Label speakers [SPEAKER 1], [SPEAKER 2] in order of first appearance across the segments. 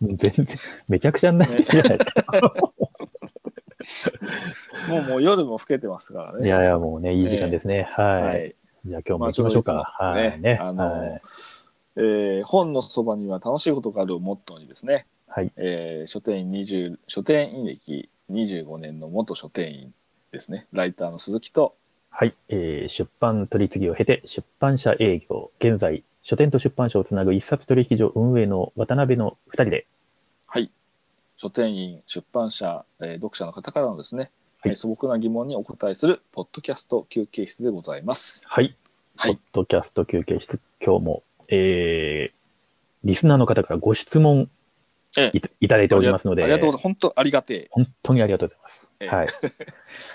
[SPEAKER 1] もう全然、めちゃくちゃになってるじゃないですか。
[SPEAKER 2] もうもう夜も更けてますから
[SPEAKER 1] い
[SPEAKER 2] ね。
[SPEAKER 1] やいや、もうね、いい時間ですね。
[SPEAKER 2] は
[SPEAKER 1] はい。
[SPEAKER 2] い。
[SPEAKER 1] じゃあ今日も行きましょうか。
[SPEAKER 2] まあ
[SPEAKER 1] は
[SPEAKER 2] ちょうどいつも
[SPEAKER 1] い。ね。
[SPEAKER 2] あの
[SPEAKER 1] はい
[SPEAKER 2] えー本のそばには楽しいことがあるをモットーにですね、
[SPEAKER 1] はい
[SPEAKER 2] えー書店員20書店員歴25年の元書店員ですねライターの鈴木と
[SPEAKER 1] はい、えー出版取り次ぎを経て、出版社営業、現在、書店と出版社をつなぐ一冊取引所運営の渡辺の2人で、
[SPEAKER 2] はい書店員出版社、えー読者の方からのですね、
[SPEAKER 1] はい
[SPEAKER 2] えー素朴な疑問にお答えするポッドキャスト休憩室でございます。
[SPEAKER 1] はい、
[SPEAKER 2] はい
[SPEAKER 1] ポッドキャスト休憩室、今日も、えーリスナーの方からご質問
[SPEAKER 2] え
[SPEAKER 1] いたいただいておりますので、
[SPEAKER 2] ありがとうございます。本当ありがて
[SPEAKER 1] 本当にありがとうございます。
[SPEAKER 2] ええ
[SPEAKER 1] はい、
[SPEAKER 2] え。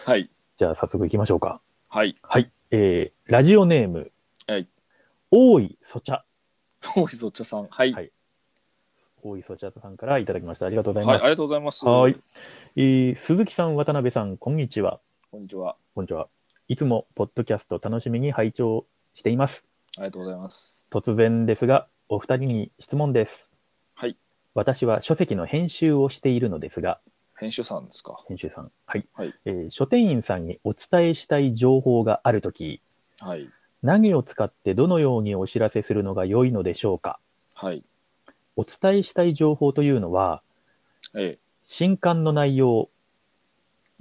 [SPEAKER 2] はい。
[SPEAKER 1] じゃあ早速行きましょうか。
[SPEAKER 2] はい。
[SPEAKER 1] はい、えーラジオネーム、
[SPEAKER 2] はい
[SPEAKER 1] 大井そちゃ、
[SPEAKER 2] 大磯茶さん。はい。
[SPEAKER 1] は
[SPEAKER 2] はいい。
[SPEAKER 1] 大井そちゃさんからいただきました。ありがとうござい
[SPEAKER 2] あ
[SPEAKER 1] ま
[SPEAKER 2] り
[SPEAKER 1] す。
[SPEAKER 2] がとうございます。
[SPEAKER 1] はい、えー鈴木さん、渡辺さん、こんにちは。
[SPEAKER 2] こんにちは。
[SPEAKER 1] こんにちは。いつもポッドキャスト楽しみに拝聴しています。
[SPEAKER 2] ありがとうございます。
[SPEAKER 1] 突然ですが、お二人に質問です。
[SPEAKER 2] はい。
[SPEAKER 1] 私は書籍の編集をしているのですが、
[SPEAKER 2] 編集さんですか。
[SPEAKER 1] 編集さん、はい、
[SPEAKER 2] はい
[SPEAKER 1] えー書店員さんにお伝えしたい情報があるとき、
[SPEAKER 2] はい。
[SPEAKER 1] 何を使ってどのようにお知らせするのが良いのでしょうか。
[SPEAKER 2] はい。
[SPEAKER 1] お伝えしたい情報というのは、
[SPEAKER 2] え
[SPEAKER 1] 新刊の内容、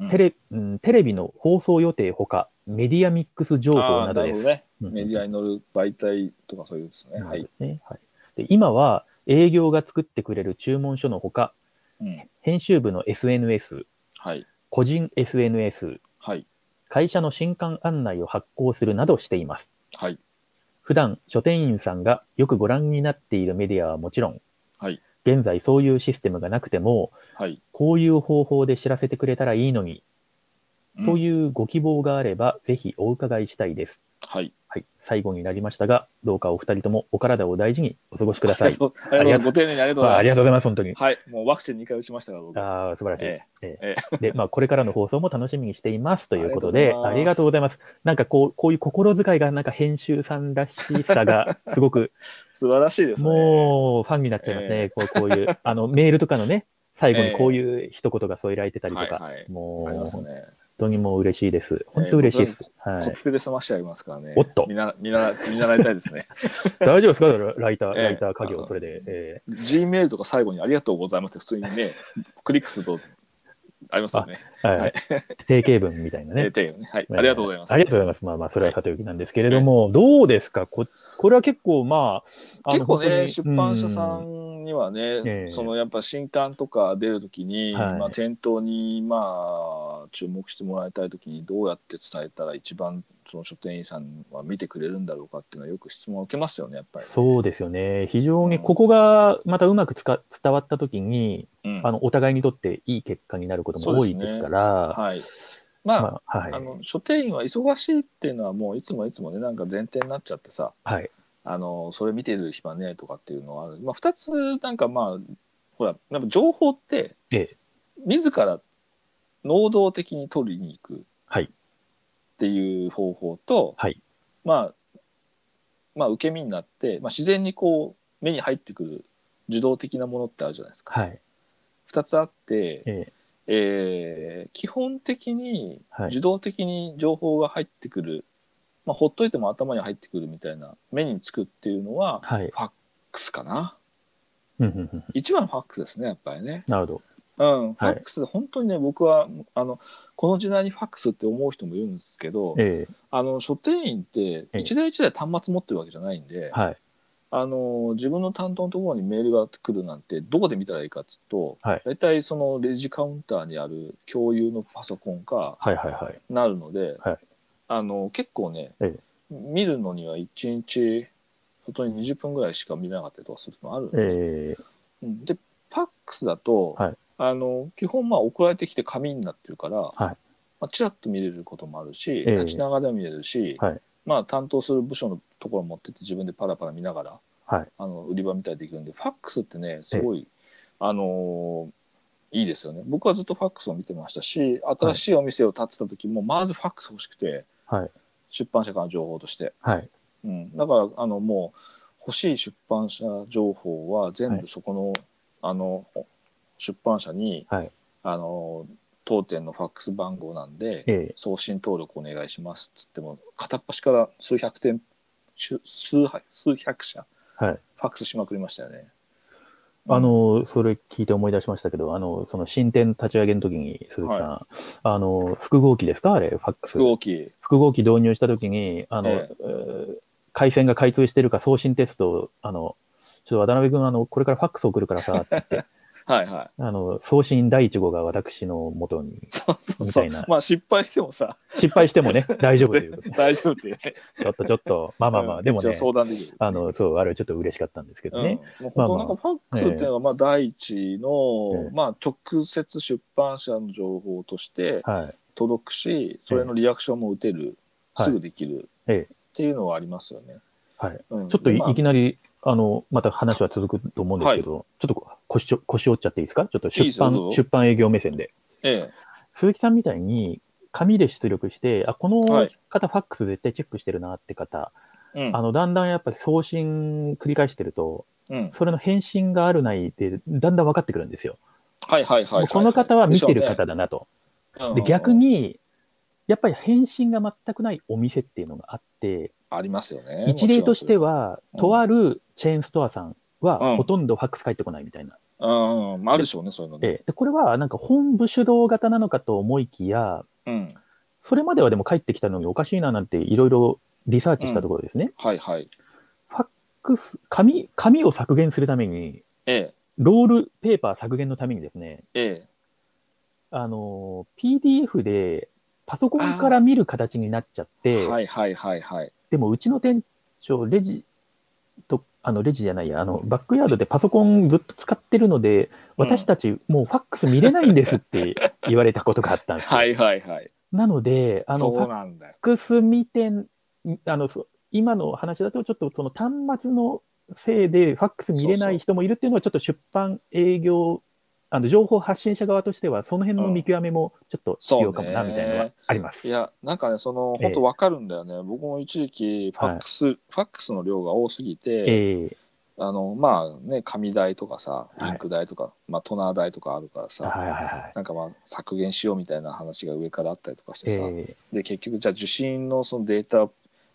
[SPEAKER 2] え。
[SPEAKER 1] テレ,、うん、テレビの放送予定ほか、メディアミックス情
[SPEAKER 2] 情
[SPEAKER 1] 報などです。
[SPEAKER 2] ね。
[SPEAKER 1] うん
[SPEAKER 2] メディアに載る媒体とかそういうですね。
[SPEAKER 1] な
[SPEAKER 2] は
[SPEAKER 1] る
[SPEAKER 2] い
[SPEAKER 1] ほ。どね。はいで今は営業が作ってくれる注文書のほか、
[SPEAKER 2] うん。
[SPEAKER 1] 編集部の SNS、
[SPEAKER 2] はい。
[SPEAKER 1] 個人 SNS、
[SPEAKER 2] はい。
[SPEAKER 1] 会社の新刊案内を発行するなどしています。
[SPEAKER 2] はい。
[SPEAKER 1] 普段書店員さんがよくご覧になっているメディアはもちろん、
[SPEAKER 2] はい
[SPEAKER 1] 現在そういうシステムがなくても、
[SPEAKER 2] はい。
[SPEAKER 1] こういう方法で知らせてくれたらいいのに、
[SPEAKER 2] うん
[SPEAKER 1] というご希望があれば、ぜひお伺いしたいです。
[SPEAKER 2] はい。
[SPEAKER 1] はい、最後になりましたが、どうかお二人ともお体を大事にお過ごしくださ
[SPEAKER 2] あ
[SPEAKER 1] い
[SPEAKER 2] りが。とうありがとうご丁寧にありがとうございます。
[SPEAKER 1] ありがとうございます、本当に。
[SPEAKER 2] はい。もうワクチン2回打ちましたから、僕。
[SPEAKER 1] ああ、素晴らしい。
[SPEAKER 2] え
[SPEAKER 1] え
[SPEAKER 2] え
[SPEAKER 1] えで、まあ、これからの放送も楽しみにしてい ますということで、あ
[SPEAKER 2] あ
[SPEAKER 1] り
[SPEAKER 2] り
[SPEAKER 1] がと
[SPEAKER 2] がと
[SPEAKER 1] うご
[SPEAKER 2] うご
[SPEAKER 1] ざ
[SPEAKER 2] ざ
[SPEAKER 1] いま
[SPEAKER 2] いますす。
[SPEAKER 1] なんかこう、こういう心遣いが、なんか編集さんらしさ が、すごく、
[SPEAKER 2] 素晴らしいですね。
[SPEAKER 1] もう、ファンになっちゃいますね。
[SPEAKER 2] え
[SPEAKER 1] こうこう いう、あの、メールとかのね、最後
[SPEAKER 2] え
[SPEAKER 1] に
[SPEAKER 2] え
[SPEAKER 1] こういう一言が添えられてたりと
[SPEAKER 2] はい
[SPEAKER 1] か、
[SPEAKER 2] はい。
[SPEAKER 1] も
[SPEAKER 2] あり
[SPEAKER 1] う、
[SPEAKER 2] ます
[SPEAKER 1] 本
[SPEAKER 2] ね。
[SPEAKER 1] 当にもう嬉しいです。本当嬉しいです。は
[SPEAKER 2] コピ
[SPEAKER 1] い。
[SPEAKER 2] ペで済ましてありますからね。
[SPEAKER 1] おっと
[SPEAKER 2] 見な見習見習いたいですね。
[SPEAKER 1] 大丈夫ですかライター、
[SPEAKER 2] ええ
[SPEAKER 1] ライター家
[SPEAKER 2] あ
[SPEAKER 1] 業、
[SPEAKER 2] の
[SPEAKER 1] それで。ええ
[SPEAKER 2] G メールとか最後にありがとうございますって普通にね、クリックするとありますよね。
[SPEAKER 1] は
[SPEAKER 2] はいい。
[SPEAKER 1] 定型文みたいなね
[SPEAKER 2] えー。手をね。はい。ありがとうございます。
[SPEAKER 1] ありがとうございます。まあまあ、それはさておきなんですけれども、どうですかここれは結構、まあ、あ
[SPEAKER 2] 結
[SPEAKER 1] の
[SPEAKER 2] 構ね、
[SPEAKER 1] 本
[SPEAKER 2] 出
[SPEAKER 1] 当に
[SPEAKER 2] 版社さ
[SPEAKER 1] うん
[SPEAKER 2] にはね、
[SPEAKER 1] ええ
[SPEAKER 2] そのやっぱ新刊とか出るときに、
[SPEAKER 1] はい
[SPEAKER 2] まあ、店頭にまあ注目してもらいたいときにどうやって伝えたら一番その書店員さんは見てくれるんだろうかっていうのはよく質問を受けますよねやっぱり。
[SPEAKER 1] そうですよね。非常にここがまたうまくつか伝わったときに、
[SPEAKER 2] うん
[SPEAKER 1] あの、お互いにとっていい結果になることも
[SPEAKER 2] そう
[SPEAKER 1] 多
[SPEAKER 2] です
[SPEAKER 1] い
[SPEAKER 2] ね
[SPEAKER 1] ですから、
[SPEAKER 2] はいまあ、
[SPEAKER 1] まあ、はい。
[SPEAKER 2] あの書店員は忙しいっていうのはもういつもいつもねなんか前提になっちゃってさ
[SPEAKER 1] はい。
[SPEAKER 2] あのそれ見てる暇ねとかっていうのはある、まあ、2つなんかまあほらやっぱ情報って
[SPEAKER 1] ええ
[SPEAKER 2] 自ら能動的に取りに行くっ
[SPEAKER 1] はい。
[SPEAKER 2] ていう方法と、
[SPEAKER 1] はい
[SPEAKER 2] まあまあ受け身になって、まあ、自然にこう目に入ってくる受動的なものってあるじゃないですか。
[SPEAKER 1] はい。
[SPEAKER 2] 2つあって、
[SPEAKER 1] ええ
[SPEAKER 2] えー基本的に
[SPEAKER 1] はい
[SPEAKER 2] 受動的に情報が入ってくる、まあ、ほっといても頭に入ってくるみたいな目につくっていうのは
[SPEAKER 1] はい。
[SPEAKER 2] ファックスかな
[SPEAKER 1] うんうんうん
[SPEAKER 2] 一番ファックスですねやっぱりね。
[SPEAKER 1] なるほど。
[SPEAKER 2] うん、ファックス、本当にね僕はあのこの時代にファックスって思う人もいるんですけど、
[SPEAKER 1] え
[SPEAKER 2] あの書店員って
[SPEAKER 1] え
[SPEAKER 2] 一台一台端末持ってるわけじゃないんで、
[SPEAKER 1] えはい。
[SPEAKER 2] あの自分の担当のところにメールが来るなんてどこで見たらいいかっつうと、
[SPEAKER 1] はい
[SPEAKER 2] 大体そのレジカウンターにある共有のパソコンか
[SPEAKER 1] はいはいはい。
[SPEAKER 2] なるので、
[SPEAKER 1] はい
[SPEAKER 2] あの結構ね、
[SPEAKER 1] え
[SPEAKER 2] 見るのには1日本当に20分ぐらいしか見れなかったりとかするのもあるんで,、
[SPEAKER 1] ええ
[SPEAKER 2] うんでパックスだと、
[SPEAKER 1] はい
[SPEAKER 2] あの基本まあ送られてきて紙になってるから、
[SPEAKER 1] はい
[SPEAKER 2] まあ、ちらっと見れることもあるし、
[SPEAKER 1] ええ
[SPEAKER 2] 立ちながらでも見れるし、
[SPEAKER 1] はい
[SPEAKER 2] まあ、担当する部署のところ持ってって自分でパラパラ見ながら、
[SPEAKER 1] はい
[SPEAKER 2] あの売り場みたいできるんでファックスってねすごい、あのーいいですよね僕はずっとファックスを見てましたし新しいお店を建てた時もまずファックス欲しくて、
[SPEAKER 1] はい
[SPEAKER 2] 出版社からの情報として、
[SPEAKER 1] はい。
[SPEAKER 2] うん、だからあのもう欲しい出版社情報は全
[SPEAKER 1] は
[SPEAKER 2] 部そこのあの出版社に、
[SPEAKER 1] はい
[SPEAKER 2] あの当店のファックス番号なんで、
[SPEAKER 1] ええ
[SPEAKER 2] 送信登録お願いしますっつっても片っ端から数百点数数数百社
[SPEAKER 1] はい。
[SPEAKER 2] ファックスしまくりましたよね。うん
[SPEAKER 1] あの、それ聞いて思い出しましたけど、あの、その新店立ち上げの時に、鈴木さん、あの、複合機ですかあれ、ファックス
[SPEAKER 2] 複。合機
[SPEAKER 1] 複合機導入した時に、あの、
[SPEAKER 2] え
[SPEAKER 1] えー回線が開通してるか送信テストを、あの、ちょっと渡辺君、あの、これからファックス送るからさ、って言 って、
[SPEAKER 2] はいはい
[SPEAKER 1] あの、送信第一号が私の元に、
[SPEAKER 2] そうそうそう
[SPEAKER 1] みたいな
[SPEAKER 2] まあ失敗してもさ
[SPEAKER 1] 失敗して もね、大丈夫ということで
[SPEAKER 2] 大丈夫っていうね
[SPEAKER 1] ちょっとちょっと、まあまあま
[SPEAKER 2] う
[SPEAKER 1] あ、
[SPEAKER 2] ん
[SPEAKER 1] でも
[SPEAKER 2] 一
[SPEAKER 1] ね
[SPEAKER 2] 応、相談できる
[SPEAKER 1] あの、そう、あれはちょっと嬉しかったんですけどね。
[SPEAKER 2] うん、もう本当なんかファックスっていうのがまあ第一の、
[SPEAKER 1] ええ
[SPEAKER 2] まあ、直接出版社の情報として
[SPEAKER 1] はい。
[SPEAKER 2] 届くしそれのリアクションも打てる、
[SPEAKER 1] はい
[SPEAKER 2] すぐできる
[SPEAKER 1] ええ
[SPEAKER 2] っていうのはありますよね。
[SPEAKER 1] はい
[SPEAKER 2] うん
[SPEAKER 1] ちょっとい,、
[SPEAKER 2] まあ
[SPEAKER 1] きなり、あの、また話は続くと思うんですけど、ちょっとこ腰ちょ腰折っちゃっていいですかちょっと
[SPEAKER 2] いい
[SPEAKER 1] 出
[SPEAKER 2] ですよ
[SPEAKER 1] 版
[SPEAKER 2] どうぞ
[SPEAKER 1] 出版営業目線で。
[SPEAKER 2] え
[SPEAKER 1] 鈴木さんみたいに、紙で出力して、あ、この
[SPEAKER 2] はい
[SPEAKER 1] 方、ファックス絶対チェックしてるなって方、
[SPEAKER 2] えうん
[SPEAKER 1] あの、だんだんやっぱり送信繰り返してると、
[SPEAKER 2] うん、
[SPEAKER 1] それの返信があるないで、だんだん分かってくるんですよ。
[SPEAKER 2] はいはいはいい、
[SPEAKER 1] この方は見てる
[SPEAKER 2] でしょ
[SPEAKER 1] 方だなと。
[SPEAKER 2] うね
[SPEAKER 1] で、逆、
[SPEAKER 2] うん
[SPEAKER 1] に、やっぱり返信が全くないお店っていうのがあって、
[SPEAKER 2] ありますよね。
[SPEAKER 1] 一例として
[SPEAKER 2] は、
[SPEAKER 1] は
[SPEAKER 2] う、ん
[SPEAKER 1] とあるチェーンストアさん
[SPEAKER 2] う
[SPEAKER 1] は
[SPEAKER 2] ん
[SPEAKER 1] ほとんどファックス返ってこないみたいな。
[SPEAKER 2] うん、あるでしょうね、そういうのね。
[SPEAKER 1] ええでこれはなんか本部主導型なのかと思いきや、
[SPEAKER 2] うん、
[SPEAKER 1] それまではでも返ってきたのにおかしいななんていろいろリサーチしたところですね。
[SPEAKER 2] はいはい。
[SPEAKER 1] ファックス紙、紙を削減するために、
[SPEAKER 2] ええ
[SPEAKER 1] ロールペーパー削減のためにですね、
[SPEAKER 2] え
[SPEAKER 1] あの、PDF でパソコンから見る形になっちゃっ
[SPEAKER 2] え
[SPEAKER 1] て、
[SPEAKER 2] はいはいはいはい。
[SPEAKER 1] でもうちの店長、レジと、あのレジじゃないや、あのバックヤードでパソコンずっと使ってるので、
[SPEAKER 2] うん
[SPEAKER 1] 私たちもうファックス見れないんですって言われたことがあったんですよ。
[SPEAKER 2] はいはいはい。
[SPEAKER 1] なので、あの
[SPEAKER 2] そ
[SPEAKER 1] フ
[SPEAKER 2] う
[SPEAKER 1] ァッ
[SPEAKER 2] なんだよ。
[SPEAKER 1] クス見てん、あのそう今の話だと、ちょっとその端末のせいでファックス見れない人もいるっていうのは、ちょっと出版営業、あの情報発信者側としては、その辺の見極めもちょっと必要かもな、
[SPEAKER 2] うん
[SPEAKER 1] みたいなのはあります。
[SPEAKER 2] いやなんかねその
[SPEAKER 1] ええ
[SPEAKER 2] 本当わかるんだよね、僕も一時期ファックス、ファックスの量が多すぎて、
[SPEAKER 1] ええ
[SPEAKER 2] あのまあね紙代とかさ
[SPEAKER 1] はい
[SPEAKER 2] インク代とか、まあトナー代とかあるからさ、
[SPEAKER 1] はいはいはい。
[SPEAKER 2] なんかまあ削減しようみたいな話が上からあったりとかして
[SPEAKER 1] え
[SPEAKER 2] さ、
[SPEAKER 1] え
[SPEAKER 2] で結局じゃあ受信のそのデータを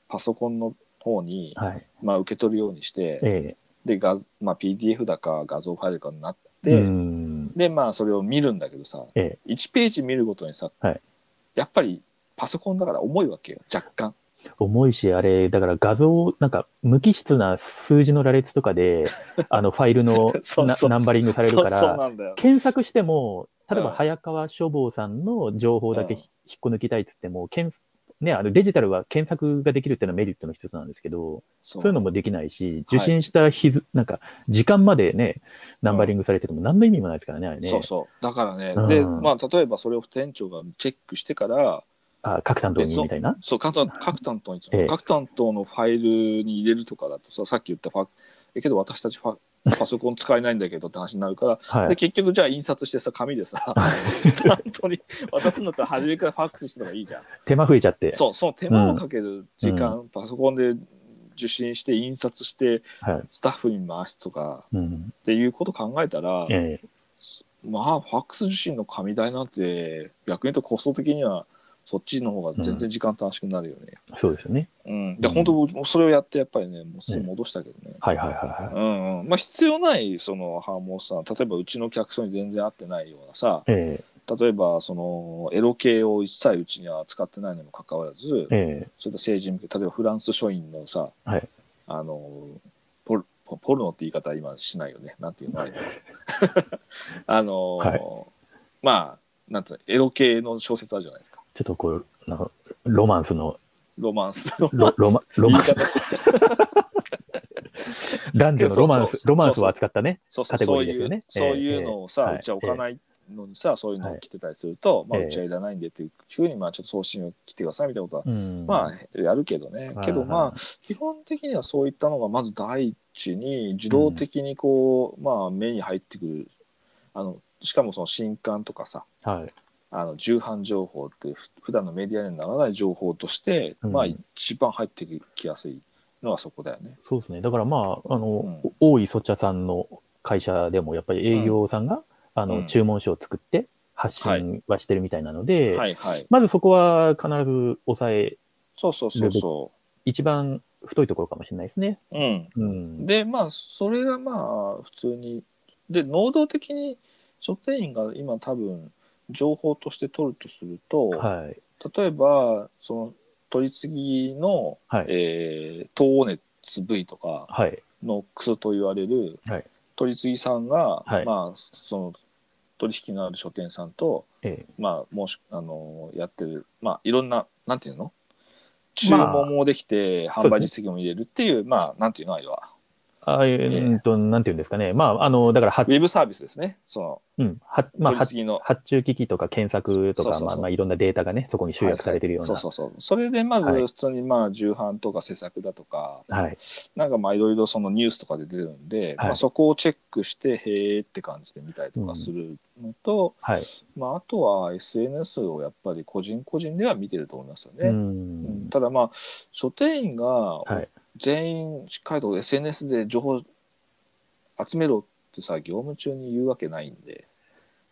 [SPEAKER 2] パソコンの方に、
[SPEAKER 1] はい。
[SPEAKER 2] まあ、受け取るようにして、
[SPEAKER 1] え
[SPEAKER 2] で画、まあ、PDF だか画像ファイルかになっ
[SPEAKER 1] え
[SPEAKER 2] て、
[SPEAKER 1] うん
[SPEAKER 2] でまあそれを見るんだけどさ、
[SPEAKER 1] え
[SPEAKER 2] 1ページ見るごとにさ、
[SPEAKER 1] はい
[SPEAKER 2] やっぱりパソコンだから重いわけよ若干。
[SPEAKER 1] 重いし、あれ、だから画像、なんか無機質な数字の羅列とか で、あのファイルの
[SPEAKER 2] そう
[SPEAKER 1] な
[SPEAKER 2] そうそう
[SPEAKER 1] ナンバリングされるか
[SPEAKER 2] そうそう
[SPEAKER 1] ら、
[SPEAKER 2] なんだよ。
[SPEAKER 1] 検索しても、例えば
[SPEAKER 2] うん
[SPEAKER 1] 早川書房さんの情報だけ
[SPEAKER 2] うん
[SPEAKER 1] 引っこ抜きたいっつっても、検ね、あのデジタルは検索ができるっていうのはメリットの一つなんですけど、
[SPEAKER 2] そ
[SPEAKER 1] そういうのもできないし、受信した日付、なんか時間までね、ナンバリングされてても何の意味もないですからね、あれね。
[SPEAKER 2] そうそうだからね、
[SPEAKER 1] うん
[SPEAKER 2] でまあ例えばそれを店長がチェックしてから
[SPEAKER 1] あ、各担当にみたいな。
[SPEAKER 2] そう各担各担当に、
[SPEAKER 1] ええ
[SPEAKER 2] 各担当のファイルに入れるとかだとささっき言ったファえけど私た ちファパソコン使えないんだけどって話になるから、
[SPEAKER 1] は
[SPEAKER 2] で
[SPEAKER 1] い。
[SPEAKER 2] 結局じゃあ印刷してさ 紙でさ担当に渡すんだったら初めからファックスした方がいいじゃん。
[SPEAKER 1] 手間増えちゃって。
[SPEAKER 2] そうその手間をかける時間、パソコンで受信して印刷して
[SPEAKER 1] はい。
[SPEAKER 2] スタッフに回すとか
[SPEAKER 1] うん。
[SPEAKER 2] っていうこと考えたら、
[SPEAKER 1] ええ
[SPEAKER 2] まあファックス受信の紙代なんて逆に言うとコスト的にはそっちの方が全然時間短縮になるよね。
[SPEAKER 1] そうですよね。
[SPEAKER 2] うんで
[SPEAKER 1] うん
[SPEAKER 2] 本当僕それをやってやっぱりねもうすぐ戻したけどね。
[SPEAKER 1] はいはいはいはい。
[SPEAKER 2] うんうんまあ、必要ないそのハーモンさん例えばうちの客層に全然合ってないようなさ
[SPEAKER 1] え
[SPEAKER 2] 例えばそのエロ系を一切うちには使ってないにもかかわらず、
[SPEAKER 1] ええ
[SPEAKER 2] そういった政治向け例えばフランス書院のさ、
[SPEAKER 1] はい
[SPEAKER 2] あのポルポポルノって言い方は今しないよねなんていうの あれあの、
[SPEAKER 1] はい
[SPEAKER 2] まあなんつうのエロ系の小説あるじゃないですか
[SPEAKER 1] ちょっとこう、なんかロマンスの、
[SPEAKER 2] ロマンス
[SPEAKER 1] ロロマロ
[SPEAKER 2] 言い
[SPEAKER 1] マン
[SPEAKER 2] 方
[SPEAKER 1] 男女のロマン
[SPEAKER 2] そうそう
[SPEAKER 1] ス、
[SPEAKER 2] そう
[SPEAKER 1] ロマンスを扱ったね。
[SPEAKER 2] そうそ
[SPEAKER 1] カ
[SPEAKER 2] う
[SPEAKER 1] テ
[SPEAKER 2] そ
[SPEAKER 1] ゴ
[SPEAKER 2] う
[SPEAKER 1] リーです
[SPEAKER 2] い
[SPEAKER 1] よね
[SPEAKER 2] うそうい
[SPEAKER 1] ええ
[SPEAKER 2] うのをさ、
[SPEAKER 1] ええ
[SPEAKER 2] うちは置かないのにさそういうのを着てたりすると、
[SPEAKER 1] はい
[SPEAKER 2] まあ、うちはいらないんでっていうふうにまあちょっと送信を来てくださいみたいなことは、
[SPEAKER 1] うん
[SPEAKER 2] まあやるけどねけどまあ、基本的にはそういったのがまず第一に自動的にこう、まあ目に入ってくるあのしかもその新刊とかさ
[SPEAKER 1] あ、はい。
[SPEAKER 2] あの重版情報ってふ普段のメディアにならない情報として、
[SPEAKER 1] うん
[SPEAKER 2] まあ一番入ってきやすいのはそこだよね。
[SPEAKER 1] そうですね。だからまあ、あの、
[SPEAKER 2] うん
[SPEAKER 1] 大井そちゃさんの会社でもやっぱり営業さんが、あ
[SPEAKER 2] う
[SPEAKER 1] の
[SPEAKER 2] ん
[SPEAKER 1] 注文書を作って発信はしてるみたいなので、
[SPEAKER 2] はいはい。
[SPEAKER 1] まずそこは必ず抑え、
[SPEAKER 2] そうそうそうそ
[SPEAKER 1] 一番太いところかもしれないですね。
[SPEAKER 2] う。うん。
[SPEAKER 1] うん。
[SPEAKER 2] でまあそれがまあ普通にで能動的に書店員が今多分情報として取るとすると、
[SPEAKER 1] はい。
[SPEAKER 2] 例えばその取り次ぎの、
[SPEAKER 1] はい
[SPEAKER 2] えー東欧熱 V とか
[SPEAKER 1] はい。
[SPEAKER 2] のクソと言われる、
[SPEAKER 1] はい
[SPEAKER 2] 取り次ぎさんが、
[SPEAKER 1] はい
[SPEAKER 2] まあその取引のある書店さんと、
[SPEAKER 1] ええ
[SPEAKER 2] まあもしあのやってるまあいろんななんていうの注文もできて、
[SPEAKER 1] あ
[SPEAKER 2] 販売実績も入れるっていうまあなんていうのあれは
[SPEAKER 1] ああいう、
[SPEAKER 2] ええ
[SPEAKER 1] うんと、なんていうんですかね。まあ、あの、だから、は
[SPEAKER 2] ウ、ェブサービスですね。その、
[SPEAKER 1] うん、は、まあ、
[SPEAKER 2] 取り
[SPEAKER 1] は
[SPEAKER 2] 次ぎの。
[SPEAKER 1] 発注機器とか検索と
[SPEAKER 2] そうそ
[SPEAKER 1] か、
[SPEAKER 2] うそう
[SPEAKER 1] まあ、まあ、いろんなデータがね、そこに集約されてるよう
[SPEAKER 2] はいはいそうそうそう。それでまず
[SPEAKER 1] はい
[SPEAKER 2] 普通にまあ重版とか施策だとか、
[SPEAKER 1] な。はい。
[SPEAKER 2] なんかまあいろいろそのニュースとかで出るんで、
[SPEAKER 1] はい
[SPEAKER 2] まあそこをチェックして、へーって感じで見たりとかするのと、
[SPEAKER 1] はい。
[SPEAKER 2] まああとは SNS をやっぱり個人個人では見てると思いますよ
[SPEAKER 1] う
[SPEAKER 2] ね。うん
[SPEAKER 1] ん。
[SPEAKER 2] ただまあ書店員が
[SPEAKER 1] はい。
[SPEAKER 2] 全員しっかりと SNS で情報集めろってさ業務中に言うわけないんで、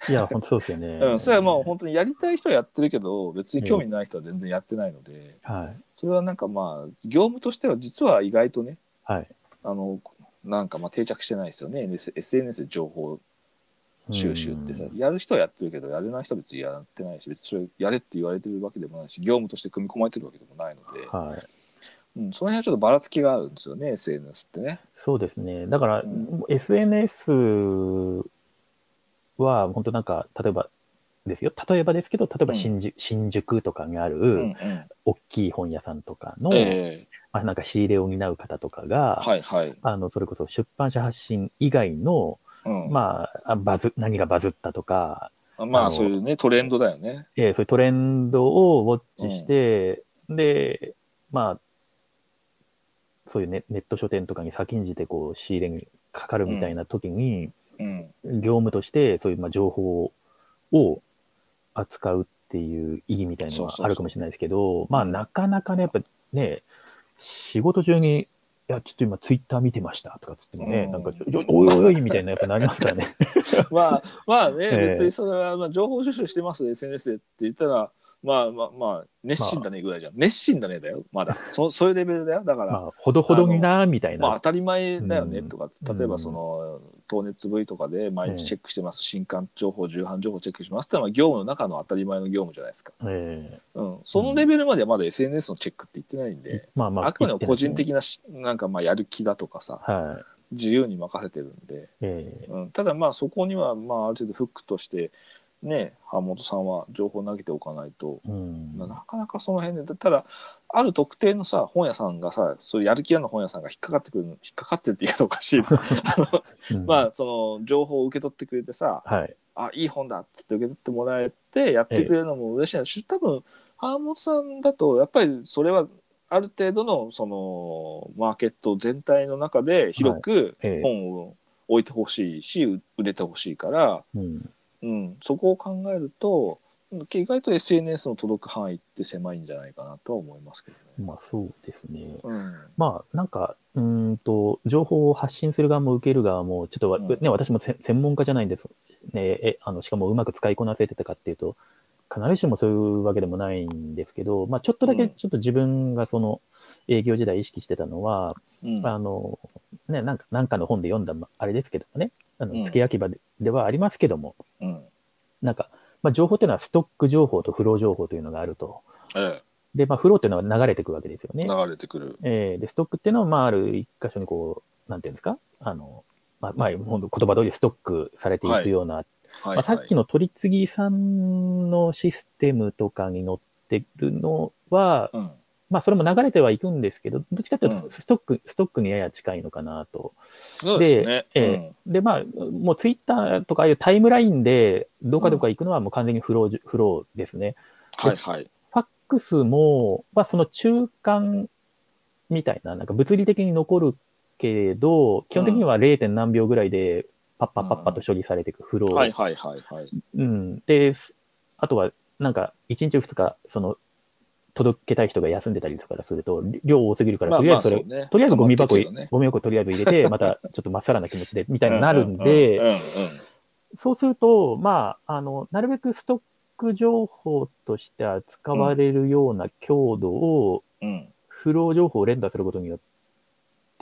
[SPEAKER 1] いや、本当そうですよね。
[SPEAKER 2] うん、それはもう本当にやりたい人はやってるけど別に興味ない人は全然やってないので、
[SPEAKER 1] はい。
[SPEAKER 2] それはなんかまあ業務としては実は意外とね
[SPEAKER 1] はい。
[SPEAKER 2] あのなんかまあ定着してないですよね NS SNS で情報収集って
[SPEAKER 1] うん
[SPEAKER 2] やる人はやってるけどやれない人は別にやってないし別にそれやれって言われてるわけでもないし業務として組み込まれてるわけでもないので、
[SPEAKER 1] はい。
[SPEAKER 2] うん、その辺はちょっとばらつきがあるんですよね SNS ってね。
[SPEAKER 1] そうですね。だから、
[SPEAKER 2] うん
[SPEAKER 1] SNS は、本当なんか、例えば、ですよ。例えばですけど、例えば新宿、新宿とかにあ
[SPEAKER 2] うんう
[SPEAKER 1] る、
[SPEAKER 2] ん
[SPEAKER 1] 大きい本屋さんとかの、
[SPEAKER 2] ええ
[SPEAKER 1] まあ、なんか仕入れを担う方とかが、
[SPEAKER 2] はいはい。
[SPEAKER 1] あの、それこそ出版社発信以外の、
[SPEAKER 2] うん、ま
[SPEAKER 1] まああ、バズ、何がバズったとか、
[SPEAKER 2] あ、
[SPEAKER 1] あの
[SPEAKER 2] そういうねトレンドだよね。
[SPEAKER 1] えーそういうトレンドをウォッチして、で、まあ、そういうネネット書店とかに先んじてこう仕入れにかかるみたいな時に、
[SPEAKER 2] うん
[SPEAKER 1] 業務としてそういうまあ情報を扱うっていう意義みたいなの
[SPEAKER 2] そうそうそう
[SPEAKER 1] はあるかもしれないですけど、まあなかなかね、やっぱね、仕事中に、いや、ちょっと今ツイッター見てましたとかっつってもね、
[SPEAKER 2] うん
[SPEAKER 1] なんかちょ、ちょおいおいおいみたいなやっぱなりますからね。
[SPEAKER 2] ま あまあね、
[SPEAKER 1] ええ
[SPEAKER 2] 別にそれは、まあ、情報収集してます SNS でって言ったらまあまあまあ熱心だねぐらいじゃん、熱心だねだよまだそそういうレベルだよだから、 まあ
[SPEAKER 1] まあ、ほどほどにな、みたい
[SPEAKER 2] 当
[SPEAKER 1] な。
[SPEAKER 2] たり前だよね
[SPEAKER 1] うん
[SPEAKER 2] とか、例えばその東熱 V とかで毎日チェックしてます、新刊情報重版情報チェックしますってのは業務の中の当たり前の業務じゃないですか、
[SPEAKER 1] え
[SPEAKER 2] うん、そのレベルまではまだ SNS のチェックって言ってないん
[SPEAKER 1] え
[SPEAKER 2] で、
[SPEAKER 1] まあまあ、
[SPEAKER 2] あくまでも個人
[SPEAKER 1] 言って
[SPEAKER 2] 的なしなんかまあやる気だとかさ
[SPEAKER 1] ないですね。はい。
[SPEAKER 2] 自由に任せてるんで、
[SPEAKER 1] ええ
[SPEAKER 2] うん、ただまあそこにはまあある程度フックとしてね版本さんは情報を投げておかないと、
[SPEAKER 1] うん。
[SPEAKER 2] まあなかなかその辺でただある特定のさ本屋さんがさそういうやる気あるの本屋さんが引っかかってくるの引っかかってるって言い方おかしいなあの
[SPEAKER 1] うん
[SPEAKER 2] まあその情報を受け取ってくれてさ
[SPEAKER 1] はい。
[SPEAKER 2] あいい本だっつって受け取ってもらえてやってくれるのも嬉しいなし多分版本さんだとやっぱりそれはある程度のそのマーケット全体の中で広く、
[SPEAKER 1] ええ
[SPEAKER 2] 本を置いてほしいしう売れてほしいから、
[SPEAKER 1] うん。
[SPEAKER 2] うん、そこを考えるとうん意外と SNS の届く範囲って狭いんじゃないかなとは思いますけどね。
[SPEAKER 1] まあ、そうですね。
[SPEAKER 2] うん
[SPEAKER 1] まあ、なんか、うーんと、情報を発信する側も受ける側も、ちょっとわ、
[SPEAKER 2] うん
[SPEAKER 1] ね、私もせ専門家じゃないんです。ね、え、あの、しかもうまく使いこなせてたかっていうと、必ずしもそういうわけでもないんですけど、まあ、ちょっとだ
[SPEAKER 2] うん
[SPEAKER 1] け、ちょっと自分がその、営業時代意識してたのは、
[SPEAKER 2] うん
[SPEAKER 1] あの、ね、なんか、なんかの本で読んだ、まあれですけどもね、あ
[SPEAKER 2] うん
[SPEAKER 1] の、付け焼き場でではありますけども、
[SPEAKER 2] うん
[SPEAKER 1] なんか、まあ、情報っていうのはストック情報とフロー情報というのがあると。
[SPEAKER 2] え
[SPEAKER 1] で、まあ、フローっていうのは流れていくわけですよ
[SPEAKER 2] え
[SPEAKER 1] ね。
[SPEAKER 2] 流れてくる。
[SPEAKER 1] えーで、ストックっていうのは、まあ、ある一箇所にこう、なんていうんですか、あの、まあ、まあ、ほんと言葉通りストックされていくような、
[SPEAKER 2] はい
[SPEAKER 1] ま
[SPEAKER 2] は
[SPEAKER 1] あ、
[SPEAKER 2] い
[SPEAKER 1] さっきの取り次ぎさんのシステムとかに載ってるのは、
[SPEAKER 2] うん
[SPEAKER 1] まあ、それも流れてはいくんですけど、どっちかっていう
[SPEAKER 2] うん
[SPEAKER 1] と、ストック、ストックにやや近いのかなと。
[SPEAKER 2] そうですね。
[SPEAKER 1] ええで、まあ、もうツイッターとかああいうタイムラインで、どうかどうか行くのはもう完全にフローじ、フローですね。
[SPEAKER 2] うん、はいはい。
[SPEAKER 1] ファックスも、まあ、その中間みたいな、なんか物理的に残るけれど、基本的には 0. 何秒ぐらいで、パッパッパッパッと処理されていくフロー。
[SPEAKER 2] はいはいはいはい。
[SPEAKER 1] うん。で、すあとは、なんか、1日2日、その、届けたい人が休んでたりとかすると、量多すぎるから、
[SPEAKER 2] まあ
[SPEAKER 1] とりあ
[SPEAKER 2] ま
[SPEAKER 1] え
[SPEAKER 2] あ
[SPEAKER 1] ずそれ、
[SPEAKER 2] そうね
[SPEAKER 1] とりあえずゴミ箱に、
[SPEAKER 2] 溜まっとけどね
[SPEAKER 1] ゴミ箱とりあえず入れて、またちょっとまっさらな気持ちで、みたいになるんで、
[SPEAKER 2] うんうんうんうん
[SPEAKER 1] そうすると、まあ、あの、なるべくストック情報として扱われるような強度を、
[SPEAKER 2] うん
[SPEAKER 1] フロー情報を連打することによっ
[SPEAKER 2] は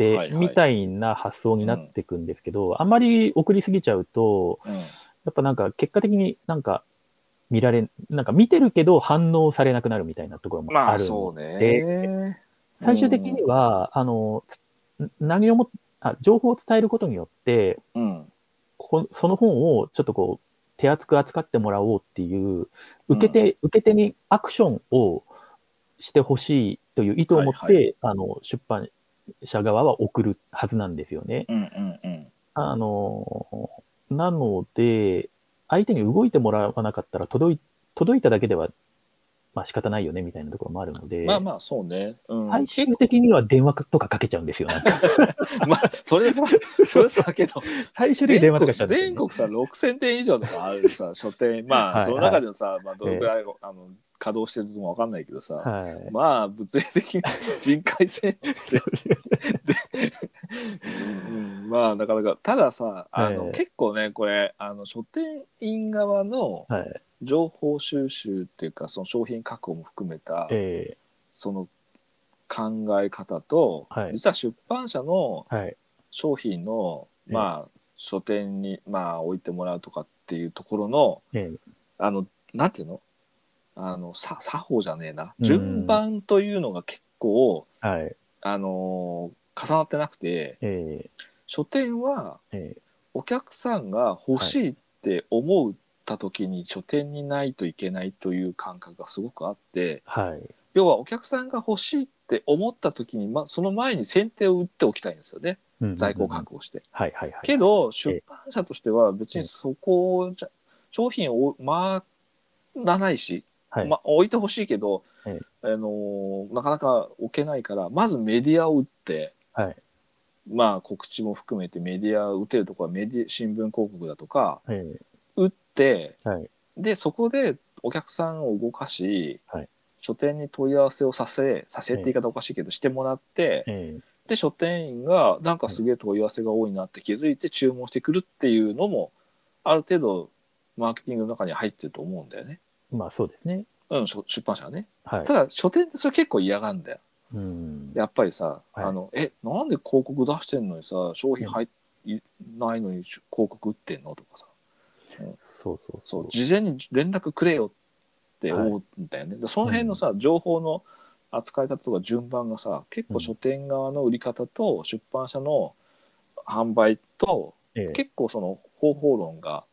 [SPEAKER 1] て、
[SPEAKER 2] いはい
[SPEAKER 1] みたいな発想になっていくんですけど、あんまり送りすぎちゃうと、
[SPEAKER 2] うん
[SPEAKER 1] やっぱなんか結果的になんか見られん、なんか見てるけど反応されなくなるみたいなところも
[SPEAKER 2] ま
[SPEAKER 1] あ
[SPEAKER 2] あ
[SPEAKER 1] る。
[SPEAKER 2] そうね。
[SPEAKER 1] 最終的には、あの、つ何をも、あ、情報を伝えることによって、
[SPEAKER 2] うん、
[SPEAKER 1] ここその本をちょっとこう手厚く扱ってもらおうっていう受け手、受け手にアクションをしてほしいという意図を持って、
[SPEAKER 2] はいは
[SPEAKER 1] あの出版社側は送るはずなんですよね。
[SPEAKER 2] うん、うん、うん。
[SPEAKER 1] あのなので相手に動いてもらわなかったら届い届いただけでは、まあ仕方ないよねみたいなところもあるので、
[SPEAKER 2] まあまあそうね。うん、
[SPEAKER 1] 最終的には電話とかかけちゃうんですよ。なんか
[SPEAKER 2] まあそれさ、 そ れさだけど、
[SPEAKER 1] 最終的に電
[SPEAKER 2] 全
[SPEAKER 1] 話とか
[SPEAKER 2] 国
[SPEAKER 1] しちゃうんですよね
[SPEAKER 2] 全国さ、6000店以上とかあるさ、書店、ま
[SPEAKER 1] は
[SPEAKER 2] あ
[SPEAKER 1] い
[SPEAKER 2] その中でのさ、まあどれくらい、あの稼働してるのかわかんないけどさ、
[SPEAKER 1] はい
[SPEAKER 2] まあ物理的に人海戦術でで、うん、まあなかなか、たださ、あの、
[SPEAKER 1] ええ
[SPEAKER 2] 結構ね、これ、あの書店員側の
[SPEAKER 1] はい。
[SPEAKER 2] 情報収集っていうか、その商品確保も含めた、
[SPEAKER 1] え
[SPEAKER 2] その考え方と、
[SPEAKER 1] はい
[SPEAKER 2] 実は出版社の
[SPEAKER 1] ーはい。
[SPEAKER 2] 商品の、
[SPEAKER 1] ええ
[SPEAKER 2] まあ書店にまあ置いてもらうとかっていうところの
[SPEAKER 1] えー
[SPEAKER 2] あのなんていうのあのさ作法じゃねえな
[SPEAKER 1] うん
[SPEAKER 2] 順番というのが結構、
[SPEAKER 1] はい。
[SPEAKER 2] あのー重なってなくて
[SPEAKER 1] えー
[SPEAKER 2] 書店は
[SPEAKER 1] え
[SPEAKER 2] お客さんが欲しいって思った時に書店にないといけないという感覚がすごくあって。
[SPEAKER 1] ーはい。
[SPEAKER 2] 要はお客さんが欲しいって思った時に、ま、その前に先手を打っておきたいんですよね
[SPEAKER 1] うんうんうん
[SPEAKER 2] 在庫を確保して。
[SPEAKER 1] はいはいはい。
[SPEAKER 2] けど出版社としては別にそこじゃ商品を回らないし、
[SPEAKER 1] はい
[SPEAKER 2] ま、置いてほしいけど、
[SPEAKER 1] ええ
[SPEAKER 2] あのーなかなか置けないからまずメディアを打って、
[SPEAKER 1] はい
[SPEAKER 2] まあ告知も含めてメディアを打てるところはメディ新聞広告だとか
[SPEAKER 1] えー
[SPEAKER 2] 打って、
[SPEAKER 1] はい
[SPEAKER 2] でそこでお客さんを動かし、
[SPEAKER 1] はい
[SPEAKER 2] 書店に問い合わせをさせさせって言い方おかしいけど、してもらって、
[SPEAKER 1] え
[SPEAKER 2] で書店員がなんかすげえ問い合わせが多いなって気づいて注文してくるっていうのもある程度マーケティングの中に入ってると思うんだよね、
[SPEAKER 1] ーまあそうですね。
[SPEAKER 2] うん、しょ出版社はね。
[SPEAKER 1] はい
[SPEAKER 2] た。だ書店ってそれ結構嫌がるんだよ。
[SPEAKER 1] うん。
[SPEAKER 2] やっぱりさ、
[SPEAKER 1] はい
[SPEAKER 2] あのえなんで広告出してんのにさ商品入っ、いないのに広告売ってんのとかさ
[SPEAKER 1] そうそう
[SPEAKER 2] そう事前に連絡くれよって思うんだよね。でその辺のさ、情報の扱い方とか順番がさ結構書店側の売り方と出版社の販売と、
[SPEAKER 1] えー
[SPEAKER 2] 結構その方法論が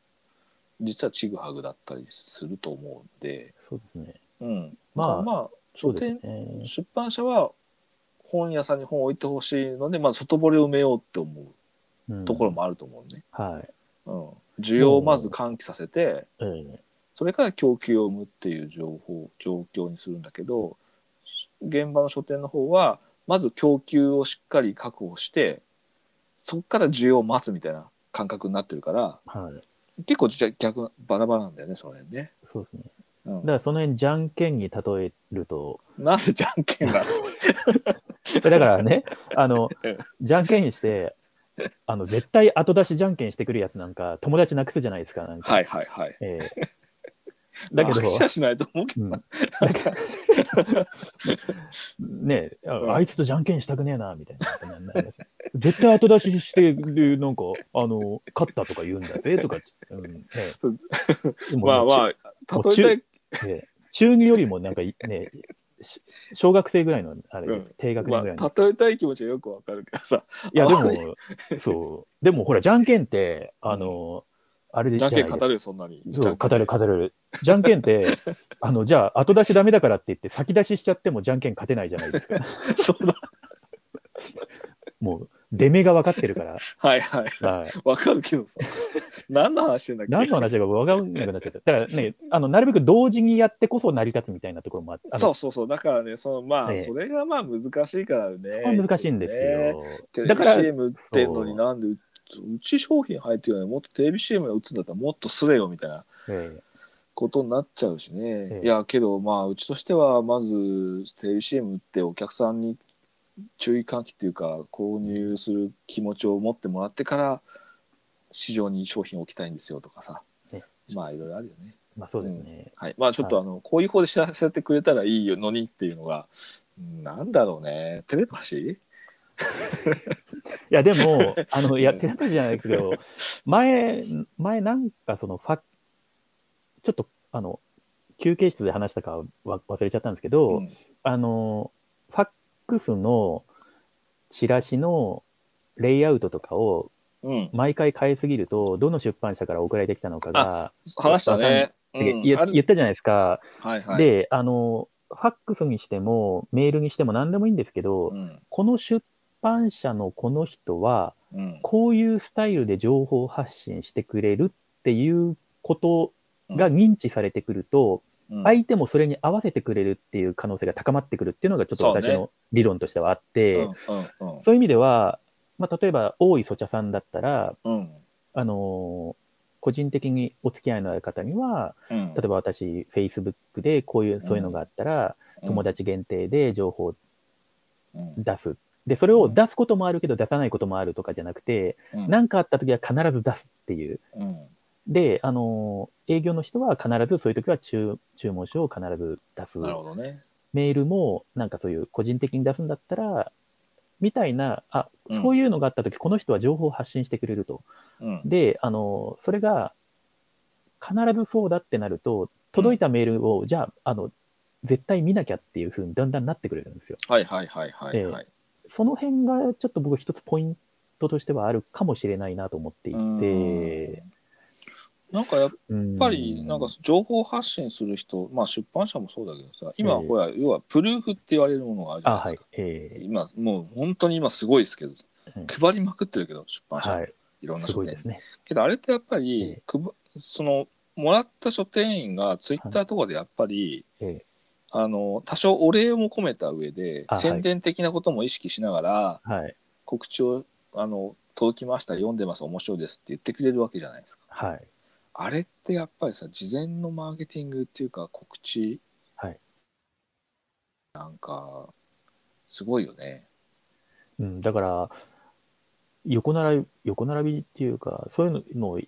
[SPEAKER 2] 実はちぐはぐだったりすると思うんで、
[SPEAKER 1] そうですね。
[SPEAKER 2] うん、
[SPEAKER 1] まあ
[SPEAKER 2] だからまあ
[SPEAKER 1] そ
[SPEAKER 2] 書
[SPEAKER 1] うです
[SPEAKER 2] 店、
[SPEAKER 1] ね。
[SPEAKER 2] 出版社は本屋さんに本を置いてほしいので、まあ、外堀を埋めようって思
[SPEAKER 1] うん
[SPEAKER 2] うところもあると思うね。
[SPEAKER 1] はい。
[SPEAKER 2] うん、需要をまず喚起させて、
[SPEAKER 1] えー
[SPEAKER 2] それから供給を生むっていう情報状況にするんだけど現場の書店の方はまず供給をしっかり確保してそこから需要を待つみたいな感覚になってるから
[SPEAKER 1] はい。
[SPEAKER 2] 結構じゃ逆バラバラなんだよねその辺ね。
[SPEAKER 1] そうですね。
[SPEAKER 2] う
[SPEAKER 1] だ
[SPEAKER 2] ん
[SPEAKER 1] か、らその辺、じゃんけんに例える と、
[SPEAKER 2] なんでじゃんけんなの
[SPEAKER 1] だからね、あの
[SPEAKER 2] うん、
[SPEAKER 1] じゃんけんして、あの、絶対後出しじゃんけんしてくるやつなんか、友達なくすじゃないですか、なんか。
[SPEAKER 2] はいはいはい。
[SPEAKER 1] えーだけど
[SPEAKER 2] 握手はしないと思うけど、
[SPEAKER 1] うん、なんかねえ
[SPEAKER 2] うん
[SPEAKER 1] ああいつとじゃんけんしたくねえなみたいなななります絶対後出ししてでなんかあの勝ったとか言うんだ ぜとか、うんねえ、
[SPEAKER 2] まあま
[SPEAKER 1] も
[SPEAKER 2] あ
[SPEAKER 1] う中
[SPEAKER 2] 例え
[SPEAKER 1] あ、ねえ中二よりもなんかいねえし小学生ぐらいのあれです、低
[SPEAKER 2] たい、
[SPEAKER 1] 学年
[SPEAKER 2] まあ、
[SPEAKER 1] ぐらいの、
[SPEAKER 2] 例えたい気持ちはよくわかるけどさ
[SPEAKER 1] いやで
[SPEAKER 2] あ
[SPEAKER 1] も そうでもほらじゃんけんってあの、あれで
[SPEAKER 2] じ
[SPEAKER 1] じゃ
[SPEAKER 2] ゃ
[SPEAKER 1] なんいですか
[SPEAKER 2] けん語るよそんなに。
[SPEAKER 1] そう、語る、
[SPEAKER 2] る。
[SPEAKER 1] 語る。じゃんけんって、あの、じゃあ、後出しダメだからって言って、先出ししちゃってもじゃんけん勝てないじゃないですか。
[SPEAKER 2] そうだ。
[SPEAKER 1] もう、出目が分かってる か
[SPEAKER 2] はいはい。
[SPEAKER 1] ら。はい。
[SPEAKER 2] わかるけど さ。何の話してんだっけ
[SPEAKER 1] 何の話だか分かんなくなっちゃった。だからね、 あの、なるべく同時にやってこそ成り立つみたいなところもあって。あの
[SPEAKER 2] そうそうそうだからねそのまあ、
[SPEAKER 1] ええ
[SPEAKER 2] それがまあ難しいからね
[SPEAKER 1] そこは難しいんですよ。
[SPEAKER 2] テレ
[SPEAKER 1] だか
[SPEAKER 2] ビ
[SPEAKER 1] ら、
[SPEAKER 2] CM 売ってんのになんでううち商品入ってるのにもっとテレビ CM が打つんだったらもっとすれよみたいな
[SPEAKER 1] ええ
[SPEAKER 2] ことになっちゃうしね、
[SPEAKER 1] ええ
[SPEAKER 2] いやけどまあうちとしてはまずテレビ CM ってお客さんに注意喚起っていうか購入する気持ちを持ってもらってから市場に商品を置きたいんですよとかさ、
[SPEAKER 1] ね
[SPEAKER 2] まあいろいろあるよね。
[SPEAKER 1] まあそうですね。
[SPEAKER 2] はい、まあちょっと
[SPEAKER 1] は
[SPEAKER 2] あの、こういう方で知らせてくれたらいいのにっていうのがうんなんだろうねテレパシー
[SPEAKER 1] いや、で も、あの、いや、
[SPEAKER 2] うん
[SPEAKER 1] 手立てじゃないけど、前、前なんかその、ファちょっと、あの、休憩室で話したかは忘れちゃったんですけど、
[SPEAKER 2] うん
[SPEAKER 1] あの、ファックスのチラシのレイアウトとかを
[SPEAKER 2] うん、
[SPEAKER 1] 毎回変えすぎると、どの出版社から送られてきたのかが、
[SPEAKER 2] 話したね。う
[SPEAKER 1] で
[SPEAKER 2] ん
[SPEAKER 1] 言
[SPEAKER 2] あ
[SPEAKER 1] 言
[SPEAKER 2] る
[SPEAKER 1] ったじゃないですか。
[SPEAKER 2] はいはい、
[SPEAKER 1] で、あの、ファックスにしても、メールにしても何でもいいんですけど、
[SPEAKER 2] うん
[SPEAKER 1] この出版社のこの人は、
[SPEAKER 2] うん
[SPEAKER 1] こういうスタイルで情報発信してくれるっていうことが認知されてくると、
[SPEAKER 2] うん
[SPEAKER 1] 相手もそれに合わせてくれるっていう可能性が高まってくるっていうのがちょっと私
[SPEAKER 2] そう
[SPEAKER 1] の理論としてはあっ
[SPEAKER 2] う
[SPEAKER 1] て、
[SPEAKER 2] ん
[SPEAKER 1] そう,、
[SPEAKER 2] うんうん
[SPEAKER 1] いう意味では、まあ、例えば大井そちゃさんだったら、
[SPEAKER 2] うん
[SPEAKER 1] あのー個人的にお付き合いのある方には、
[SPEAKER 2] うん
[SPEAKER 1] 例えば私、Facebook でこういう、そういうのがあったら、友達限定で情報を
[SPEAKER 2] うん
[SPEAKER 1] 出す。で、それを出すこともあるけど出さないこともあるとかじゃなくて、
[SPEAKER 2] うん
[SPEAKER 1] 何かあった時は必ず出すっていう。
[SPEAKER 2] うん
[SPEAKER 1] で、あのー営業の人は必ずそういう時は注注文書を必ず出す。
[SPEAKER 2] なるほどね。
[SPEAKER 1] メールもなんかそういう個人的に出すんだったら、みたいな、あ、
[SPEAKER 2] うん
[SPEAKER 1] そういうのがあった時、この人は情報を発信してくれると。
[SPEAKER 2] うん
[SPEAKER 1] で、あのーそれが必ずそうだってなると、届いたメールを、じゃあ、あの、絶対見なきゃっていう風にだんだんなってくれるんですよ。
[SPEAKER 2] はいはいはいはいはい。
[SPEAKER 1] その辺がちょっと僕一つポイントとしてはあるかもしれないなと思っていて。
[SPEAKER 2] なんかやっ
[SPEAKER 1] やっ
[SPEAKER 2] ぱりなんか情報発信する人、まあ出版社もそうだけどさ、今
[SPEAKER 1] ええ
[SPEAKER 2] ほら要はプルーフって言われるものがあるじゃ
[SPEAKER 1] あ、
[SPEAKER 2] ない
[SPEAKER 1] はい
[SPEAKER 2] ですか。。
[SPEAKER 1] えー
[SPEAKER 2] 今もう本当に今すごいですけど
[SPEAKER 1] うん、
[SPEAKER 2] 配りまくってるけど出版社
[SPEAKER 1] はい。
[SPEAKER 2] いろんな
[SPEAKER 1] す
[SPEAKER 2] 書
[SPEAKER 1] ごい
[SPEAKER 2] 店
[SPEAKER 1] で。すね。
[SPEAKER 2] けどあれってやっぱ
[SPEAKER 1] え
[SPEAKER 2] り
[SPEAKER 1] え
[SPEAKER 2] くばそのもらった書店員がツイッターとかでやっぱり、
[SPEAKER 1] ええ
[SPEAKER 2] あの多少お礼も込めた上で
[SPEAKER 1] あはい
[SPEAKER 2] 宣伝的なことも意識しながら、
[SPEAKER 1] はい。
[SPEAKER 2] 告知をあの届きました読んでます面白いですって言ってくれるわけじゃないですか
[SPEAKER 1] はい。
[SPEAKER 2] あれってやっぱりさ事前のマーケティングっていうか告知、
[SPEAKER 1] はい
[SPEAKER 2] なんかすごいよね
[SPEAKER 1] うん、だから、横並び、横並びっていうか、そういうのを、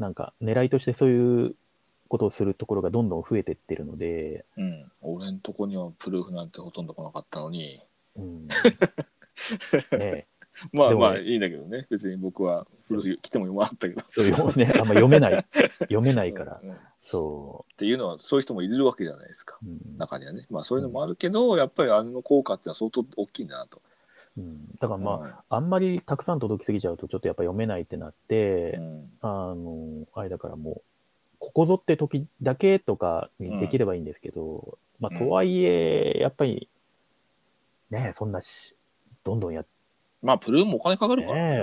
[SPEAKER 1] なんか、狙いとしてそういうことをするところがどんどん増えてってるので、
[SPEAKER 2] うん俺んとこにはプルーフなんてほとんど来なかったのに
[SPEAKER 1] うん。ねえ
[SPEAKER 2] まあ
[SPEAKER 1] でもね
[SPEAKER 2] まあいいんだけどね別に僕はプルーフ来てもよかったけど
[SPEAKER 1] そういうね、あんま読めない、読めないから、
[SPEAKER 2] うんうんっ
[SPEAKER 1] そ
[SPEAKER 2] ていうのはそういう人もいるわけじゃないですか
[SPEAKER 1] う。うん
[SPEAKER 2] 中にはねまあそういうのもあるけど、やっぱりあれの効果ってのは相当大きいんだなと。
[SPEAKER 1] うん、だからまあ、
[SPEAKER 2] うん
[SPEAKER 1] あんまりたくさん届きすぎちゃうと、ちょっとやっぱ読めないってなって、
[SPEAKER 2] うん
[SPEAKER 1] あの、あれだからもう、ここぞって時だけとかにできればいいんですけど、ま
[SPEAKER 2] うん
[SPEAKER 1] あ、とはいえ、やっぱり、ねえ、そんなし、どんどんやって、
[SPEAKER 2] まあ、プルーンもお金かかる
[SPEAKER 1] ね
[SPEAKER 2] からね、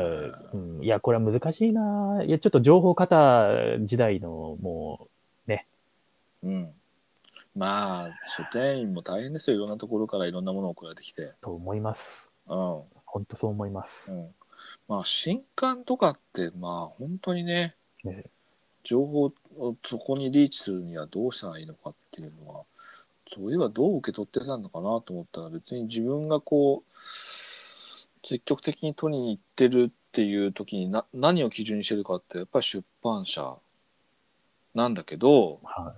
[SPEAKER 1] えうん、いや、これは難しいな。いや、ちょっと情報型時代の、も
[SPEAKER 2] うん。まあ、書店員も大変ですよ。いろんなところからいろんなものを送られてきて
[SPEAKER 1] う、。と思います。
[SPEAKER 2] うん。
[SPEAKER 1] 本当そう思います
[SPEAKER 2] う。ん、まあ、新刊とかって、まあ、本当にね
[SPEAKER 1] ええ、
[SPEAKER 2] 情報をそこにリーチするにはどうしたらいいのかっていうのは、そういえばどう受け取ってたのかなと思ったら、別に自分がこう、積極的に取りに行ってるっていう時にな何を基準にしてるかって、やっぱり出版社なんだけど、
[SPEAKER 1] は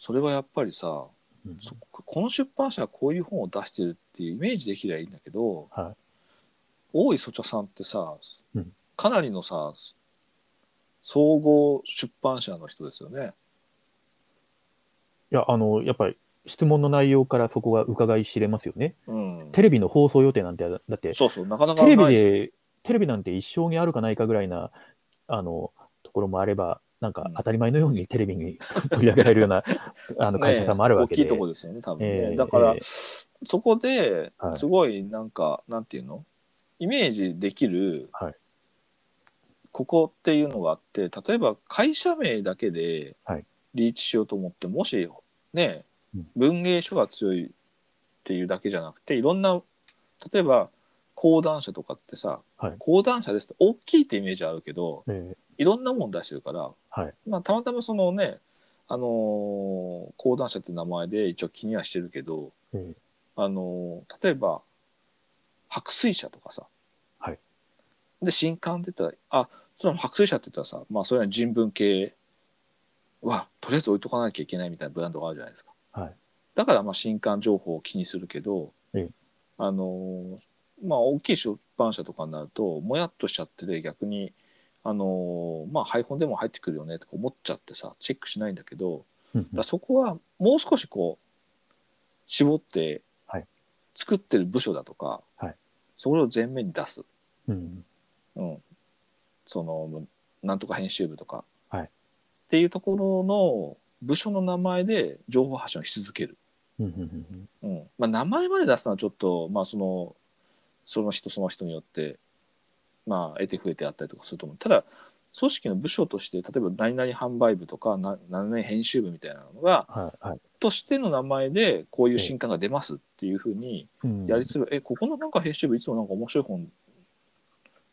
[SPEAKER 2] それはやっぱりさ、
[SPEAKER 1] い。うん
[SPEAKER 2] そこの出版社はこういう本を出してるっていうイメージできりゃいいんだけど、
[SPEAKER 1] は
[SPEAKER 2] 大井そちゃさんってさ、
[SPEAKER 1] うん
[SPEAKER 2] かなりのさ総合出版社の人ですよね。
[SPEAKER 1] いや、あの、やっぱり、質問の内容からそこが伺い知れますよね。
[SPEAKER 2] うん、
[SPEAKER 1] テレビの放送予定なんて、だって、
[SPEAKER 2] そうそうなかなか
[SPEAKER 1] テレビ
[SPEAKER 2] ないすよ
[SPEAKER 1] で、テレビなんて一生にあるかないかぐらいな、あの、ところもあれば、なん
[SPEAKER 2] う
[SPEAKER 1] か
[SPEAKER 2] ん
[SPEAKER 1] 当たり前のようにテレビに取り上げられるような、あの会社さんもあるわけで。
[SPEAKER 2] ねえ大きいとこですよね多分ね、
[SPEAKER 1] ええ
[SPEAKER 2] だから、
[SPEAKER 1] ええ
[SPEAKER 2] そこで
[SPEAKER 1] はい
[SPEAKER 2] すごいなんか、なんていうのイメージできる、
[SPEAKER 1] はい
[SPEAKER 2] ここっていうのがあって例えば会社名だけで
[SPEAKER 1] はい
[SPEAKER 2] リーチしようと思って、もしね
[SPEAKER 1] うん
[SPEAKER 2] 文芸書が強いっていうだけじゃなくていろんな例えば講談社とかってさ、
[SPEAKER 1] はい
[SPEAKER 2] 講談社ですって大きいってイメージあるけど、
[SPEAKER 1] ええ
[SPEAKER 2] いろんなもん出してるから、
[SPEAKER 1] はい
[SPEAKER 2] まあ、たまたまそのねあのー講談社って名前で一応気にはしてるけど、
[SPEAKER 1] うん
[SPEAKER 2] あのー例えば白水社とかさ、
[SPEAKER 1] はい
[SPEAKER 2] で新刊出たらあその白水社って言ったらさまあそれは人文系はとりあえず置いとかなきゃいけないみたいなブランドがあるじゃないですか。
[SPEAKER 1] はい
[SPEAKER 2] だからまあ新刊情報を気にするけど、
[SPEAKER 1] ええ
[SPEAKER 2] あのーまあ大きい出版社とかになるともやっとしちゃってて逆にあのーまあ配本でも入ってくるよねとか思っちゃってさチェックしないんだけど
[SPEAKER 1] うん
[SPEAKER 2] だからそこはもう少しこう絞って
[SPEAKER 1] はい
[SPEAKER 2] 作ってる部署だとか、
[SPEAKER 1] はい
[SPEAKER 2] それを前面に出す、
[SPEAKER 1] うん
[SPEAKER 2] うん、そのなんとか編集部とか、
[SPEAKER 1] はい
[SPEAKER 2] っていうところの部署の名前で情報発信をし続ける。
[SPEAKER 1] うんうんうん
[SPEAKER 2] うんまあ、名前まで出すのはちょっと、まあ、そのその人その人によって、まあ、得て増えてあったりとかすると思うただ組織の部署として例えば何々販売部とかな何々編集部みたいなのが
[SPEAKER 1] はいはい
[SPEAKER 2] としての名前でこういう新刊が出ますっていうふうに
[SPEAKER 1] うん
[SPEAKER 2] やりつつ、えここのなんか編集部いつもなんか面白い本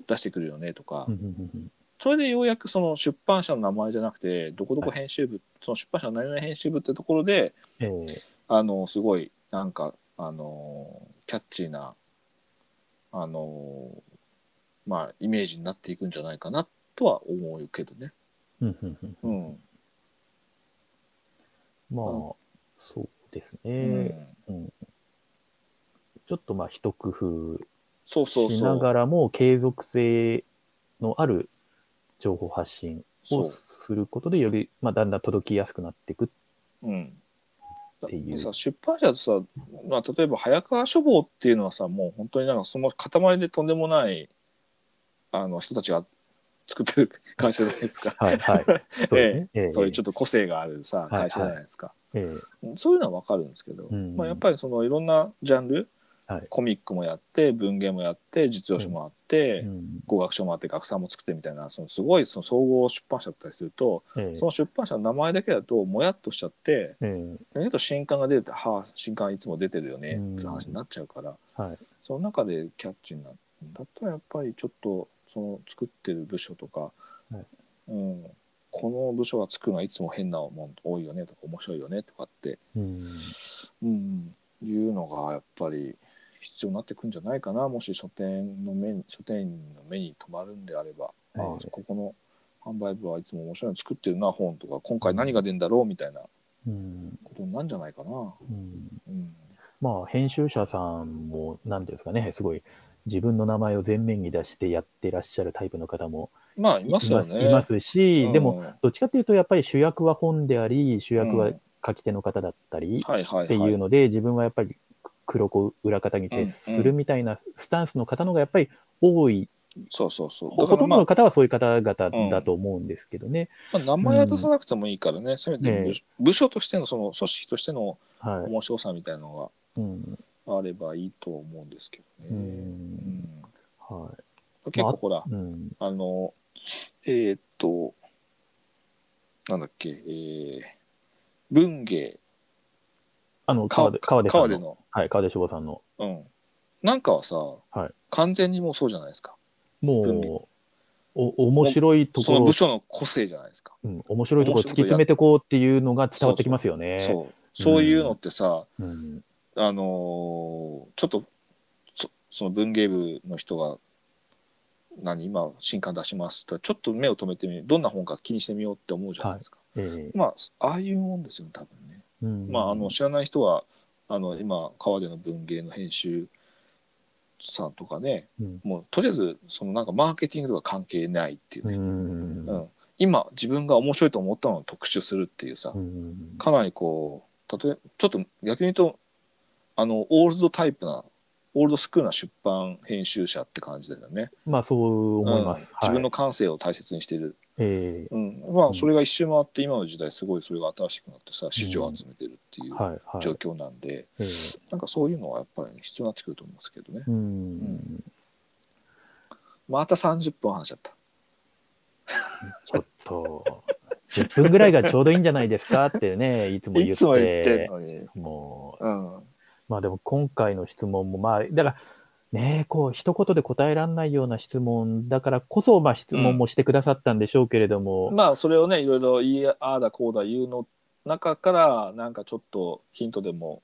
[SPEAKER 2] 出してくるよねとか、
[SPEAKER 1] うんうんうんうん
[SPEAKER 2] それでようやくその出版社の名前じゃなくてどこどこ編集部、その出版社の何々編集部ってところで
[SPEAKER 1] ええ
[SPEAKER 2] あのすごいなんかあのーキャッチーなあのーまあイメージになっていくんじゃないかなとは思うけどね。
[SPEAKER 1] うんうんうん
[SPEAKER 2] うん。
[SPEAKER 1] まあ、
[SPEAKER 2] うん
[SPEAKER 1] そうです
[SPEAKER 2] う
[SPEAKER 1] ね。
[SPEAKER 2] ん、
[SPEAKER 1] ちょっとまあ、一工夫
[SPEAKER 2] そうそう
[SPEAKER 1] しな
[SPEAKER 2] そう。
[SPEAKER 1] がらも、継続性のある情報発信
[SPEAKER 2] そ
[SPEAKER 1] を
[SPEAKER 2] う。
[SPEAKER 1] することで、より、まあ、だんだん届きやすくなっていく。
[SPEAKER 2] うん。だ
[SPEAKER 1] っていう。
[SPEAKER 2] でさ出版社とさ、まあ、例えば早川書房っていうのはさもう本当になんかその塊でとんでもないあの人たちが作ってる会社じゃないですか
[SPEAKER 1] はい、はい。そうですね。ええ
[SPEAKER 2] そういうちょっと個性があるさ
[SPEAKER 1] い
[SPEAKER 2] 会社じゃないですか。
[SPEAKER 1] ええ
[SPEAKER 2] そういうのは分かるんですけど、
[SPEAKER 1] うん
[SPEAKER 2] まあ、やっぱりそのいろんなジャンル、
[SPEAKER 1] はい
[SPEAKER 2] コミックもやって文芸もやって実用書もあって、
[SPEAKER 1] うん
[SPEAKER 2] 語学書もあって学さんも作ってみたいなそのすごいその総合出版社だったりすると、
[SPEAKER 1] ええ
[SPEAKER 2] その出版社の名前だけだともやっとしちゃって
[SPEAKER 1] ええ
[SPEAKER 2] だけど新刊が出ると「はあ新刊いつも出てるよね」
[SPEAKER 1] うん
[SPEAKER 2] っていう話になっちゃうから、
[SPEAKER 1] はい
[SPEAKER 2] その中でキャッチになるんだったらやっぱりちょっとその作ってる部署とか、
[SPEAKER 1] はい
[SPEAKER 2] うん、この部署が作るのはいつも変なもん多いよねとか面白いよねとかって
[SPEAKER 1] うん
[SPEAKER 2] うん、いうのがやっぱり必要になってくんじゃないかなもし書店の目に書店員の目に留まるんであれば、ああ
[SPEAKER 1] ええ
[SPEAKER 2] ここの販売部はいつも面白いの作ってるな本とか今回何が出るんだろうみたいなこ
[SPEAKER 1] うん
[SPEAKER 2] とになるんじゃないかな。
[SPEAKER 1] うん
[SPEAKER 2] うん
[SPEAKER 1] まあ、編集者さんも、なんていうんですかね、すごい、自分の名前を前面に出してやってらっしゃるタイプの方も
[SPEAKER 2] まあい
[SPEAKER 1] い
[SPEAKER 2] ますよね。
[SPEAKER 1] いますし、
[SPEAKER 2] うん
[SPEAKER 1] でも、どっちかっていうと、やっぱり主役は本であり、主役は
[SPEAKER 2] うん
[SPEAKER 1] 書き手の方だったり
[SPEAKER 2] はいはいはい、
[SPEAKER 1] っていうので、自分はやっぱり黒子裏方に徹するみたいなスタンスの方のがやっぱり多い、
[SPEAKER 2] そうそうそう。
[SPEAKER 1] ほと
[SPEAKER 2] だから
[SPEAKER 1] んど
[SPEAKER 2] まあ
[SPEAKER 1] の、方はそういう方々だと思うんですけどね。
[SPEAKER 2] まあ名前は出さなくてもいいからね、せめて部,、
[SPEAKER 1] ええ
[SPEAKER 2] 部署としてのその組織としての
[SPEAKER 1] はい。
[SPEAKER 2] 面白さみたいなの
[SPEAKER 1] うん。
[SPEAKER 2] があればいいと思うんですけどね。
[SPEAKER 1] う。
[SPEAKER 2] うんん
[SPEAKER 1] は
[SPEAKER 2] 結構ほら、
[SPEAKER 1] い。うん。
[SPEAKER 2] あの、えーっと、なんだっけ、えー、文芸、
[SPEAKER 1] あの、川出、川出さ
[SPEAKER 2] 川
[SPEAKER 1] ん
[SPEAKER 2] 出
[SPEAKER 1] の。
[SPEAKER 2] の、
[SPEAKER 1] はい、川出志望さんの。
[SPEAKER 2] うん。なんかはさ、
[SPEAKER 1] はい
[SPEAKER 2] 完全にもうそうじゃないですか。文理
[SPEAKER 1] もう、お、面白いと
[SPEAKER 2] そ
[SPEAKER 1] こ
[SPEAKER 2] の
[SPEAKER 1] ろ
[SPEAKER 2] 部、署の個性じゃないですか。
[SPEAKER 1] うん、面白いところ突き詰めてこうっていうのが伝わってきますよね。
[SPEAKER 2] そう。そういうのってさ、
[SPEAKER 1] うん。
[SPEAKER 2] あのーちょっとそ、その文芸部の人が、何今新刊出しますとちょっと目を留めてみどんな本か気にしてみようって思うじゃないですか、
[SPEAKER 1] ええ
[SPEAKER 2] まあああいうもんですよね多分ね
[SPEAKER 1] うん
[SPEAKER 2] まあ、あの知らない人はあの今川での文芸の編集さんとかね、
[SPEAKER 1] うん
[SPEAKER 2] もうとりあえずそのなんかマーケティングとか関係ないっていう
[SPEAKER 1] う
[SPEAKER 2] ね、
[SPEAKER 1] ん。
[SPEAKER 2] うん今自分が面白いと思ったのを特集するっていうさ、
[SPEAKER 1] うん
[SPEAKER 2] かなりこう例えちょっと逆に言うとあのオールドタイプなオールドスクールな出版編集者って感じだよね、
[SPEAKER 1] まあそう思います。
[SPEAKER 2] うん自分
[SPEAKER 1] はい
[SPEAKER 2] の感性を大切にしてる、
[SPEAKER 1] え
[SPEAKER 2] うんま
[SPEAKER 1] う
[SPEAKER 2] あ、
[SPEAKER 1] ん
[SPEAKER 2] それが一周回って今の時代すごいそれが新しくなってさ市場を集めてるってい
[SPEAKER 1] え
[SPEAKER 2] う
[SPEAKER 1] はいはい。
[SPEAKER 2] 状況なんで。
[SPEAKER 1] ええ
[SPEAKER 2] なんかそういうのはやっぱり必要になってくると思うんですけどね。
[SPEAKER 1] うん。
[SPEAKER 2] また30分話しちゃった。
[SPEAKER 1] ちょっと、10分ぐらいがちょうどいいんじゃないですかってね、いつも言って。
[SPEAKER 2] いつも言ってんのに。
[SPEAKER 1] もう、
[SPEAKER 2] うん。
[SPEAKER 1] まあでも今回の質問も、まあ、だから、ね、こう、一言で答えられないような質問だからこそ、まあ質問もしてくださったんでしょうけれども、
[SPEAKER 2] まあそれをねいろいろ言いああだこうだ言うの中からなんかちょっとヒントでも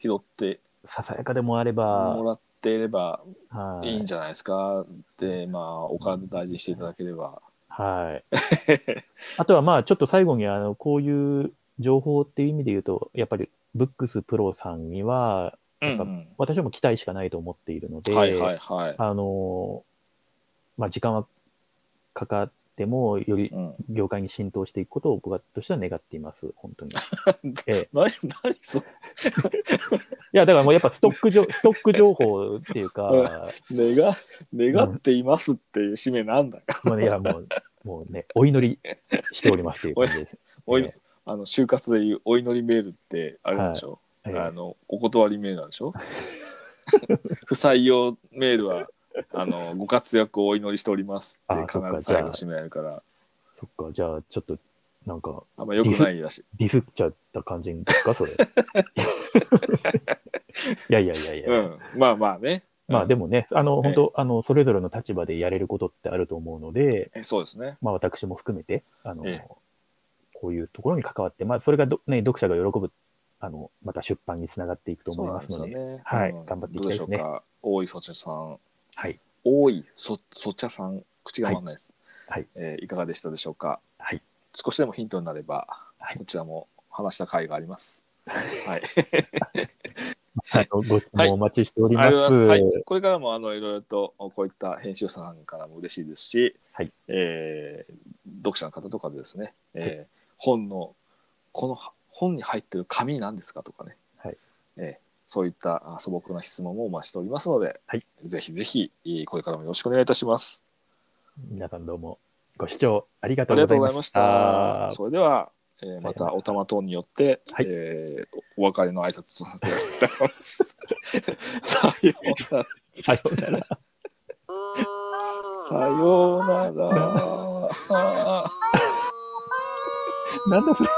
[SPEAKER 2] 拾って
[SPEAKER 1] ささやかでもあれば
[SPEAKER 2] も、らっていれば
[SPEAKER 1] はい
[SPEAKER 2] いんじゃないですか、でまあお金大事にしていただければ、
[SPEAKER 1] はい。あとはまあちょっと最後にあのこういう情報っていう意味で言うと、やっぱりブックスプロさんには、
[SPEAKER 2] うん
[SPEAKER 1] やっぱ
[SPEAKER 2] うん
[SPEAKER 1] 私はもう期待しかないと思っているので、
[SPEAKER 2] はいはいはい、
[SPEAKER 1] あのーまあ時間はかかっても、より
[SPEAKER 2] うん、
[SPEAKER 1] 業界に浸透していくことを僕はとしては願っています、本当に。ええ
[SPEAKER 2] 何何そ
[SPEAKER 1] いや、だからもうやっぱストック 情ストック情報っていうか、
[SPEAKER 2] れ願願っていますっていう使命なんだか、
[SPEAKER 1] まあね、いやもう、もうね、お祈りしておりますっていう感じ です。
[SPEAKER 2] おい
[SPEAKER 1] ええ
[SPEAKER 2] あの就活でいうお祈りメールってあれでしょ、
[SPEAKER 1] え
[SPEAKER 2] あ
[SPEAKER 1] え
[SPEAKER 2] のお断りメールなんでしょ 不採用メールはあのご活躍をお祈りしておりますって
[SPEAKER 1] あそ
[SPEAKER 2] 必
[SPEAKER 1] っか
[SPEAKER 2] ず最後締められるから
[SPEAKER 1] そっか、じゃあちょっと、なんか、
[SPEAKER 2] あんまよくないらしい
[SPEAKER 1] ディスっちゃった感じですか、そ れ。いやいやいやいや、
[SPEAKER 2] うん、まあまあね
[SPEAKER 1] まあで
[SPEAKER 2] も
[SPEAKER 1] もね、あの、
[SPEAKER 2] ええ
[SPEAKER 1] 本当、あの、それぞれの立場でやれることってあると思うので、
[SPEAKER 2] えそうですね
[SPEAKER 1] まあ私も含めて、あの、
[SPEAKER 2] ええ
[SPEAKER 1] こういうところに関わって、まあそれがど、ね、読者が喜ぶ、あの、また出版につながっていくと思いますので、
[SPEAKER 2] そうなんよね
[SPEAKER 1] はい
[SPEAKER 2] うん
[SPEAKER 1] 頑張っていきたいですね
[SPEAKER 2] どうでしょうか大井そちゃさん
[SPEAKER 1] はい。
[SPEAKER 2] 大井そそちゃさん口が回らないです、
[SPEAKER 1] はいはい
[SPEAKER 2] えーいかがでしたでしょうか、
[SPEAKER 1] はい
[SPEAKER 2] 少しでもヒントになれば、
[SPEAKER 1] はい
[SPEAKER 2] こちらも話した回がありますはい
[SPEAKER 1] あのご質問お待ちしており
[SPEAKER 2] あ
[SPEAKER 1] ま
[SPEAKER 2] り
[SPEAKER 1] す。
[SPEAKER 2] がとうございます。はい、これからもあのいろいろとこういった編集者さんからも嬉しいですし、
[SPEAKER 1] はい
[SPEAKER 2] えー読者の方とかでですね、えー本のこのは本に入ってる紙なんですかとかね、
[SPEAKER 1] はい
[SPEAKER 2] えーそういったあ素朴な質問もお待ちしておりますので、
[SPEAKER 1] はい
[SPEAKER 2] ぜひぜひえーこれからもよろしくお願いいたします。
[SPEAKER 1] 皆さんどうもご視聴ありが
[SPEAKER 2] あ
[SPEAKER 1] とう
[SPEAKER 2] り
[SPEAKER 1] ご
[SPEAKER 2] がと
[SPEAKER 1] ざいう
[SPEAKER 2] ご
[SPEAKER 1] ま
[SPEAKER 2] ざいま
[SPEAKER 1] し
[SPEAKER 2] した。
[SPEAKER 1] た。
[SPEAKER 2] それでは、えー
[SPEAKER 1] さ
[SPEAKER 2] ま
[SPEAKER 1] よ
[SPEAKER 2] た
[SPEAKER 1] なら
[SPEAKER 2] お玉等によって、
[SPEAKER 1] はい
[SPEAKER 2] えーお別れの挨拶とさせていただきます。 さようなら。
[SPEAKER 1] さようなら。
[SPEAKER 2] さようなら。
[SPEAKER 1] なんだそれ。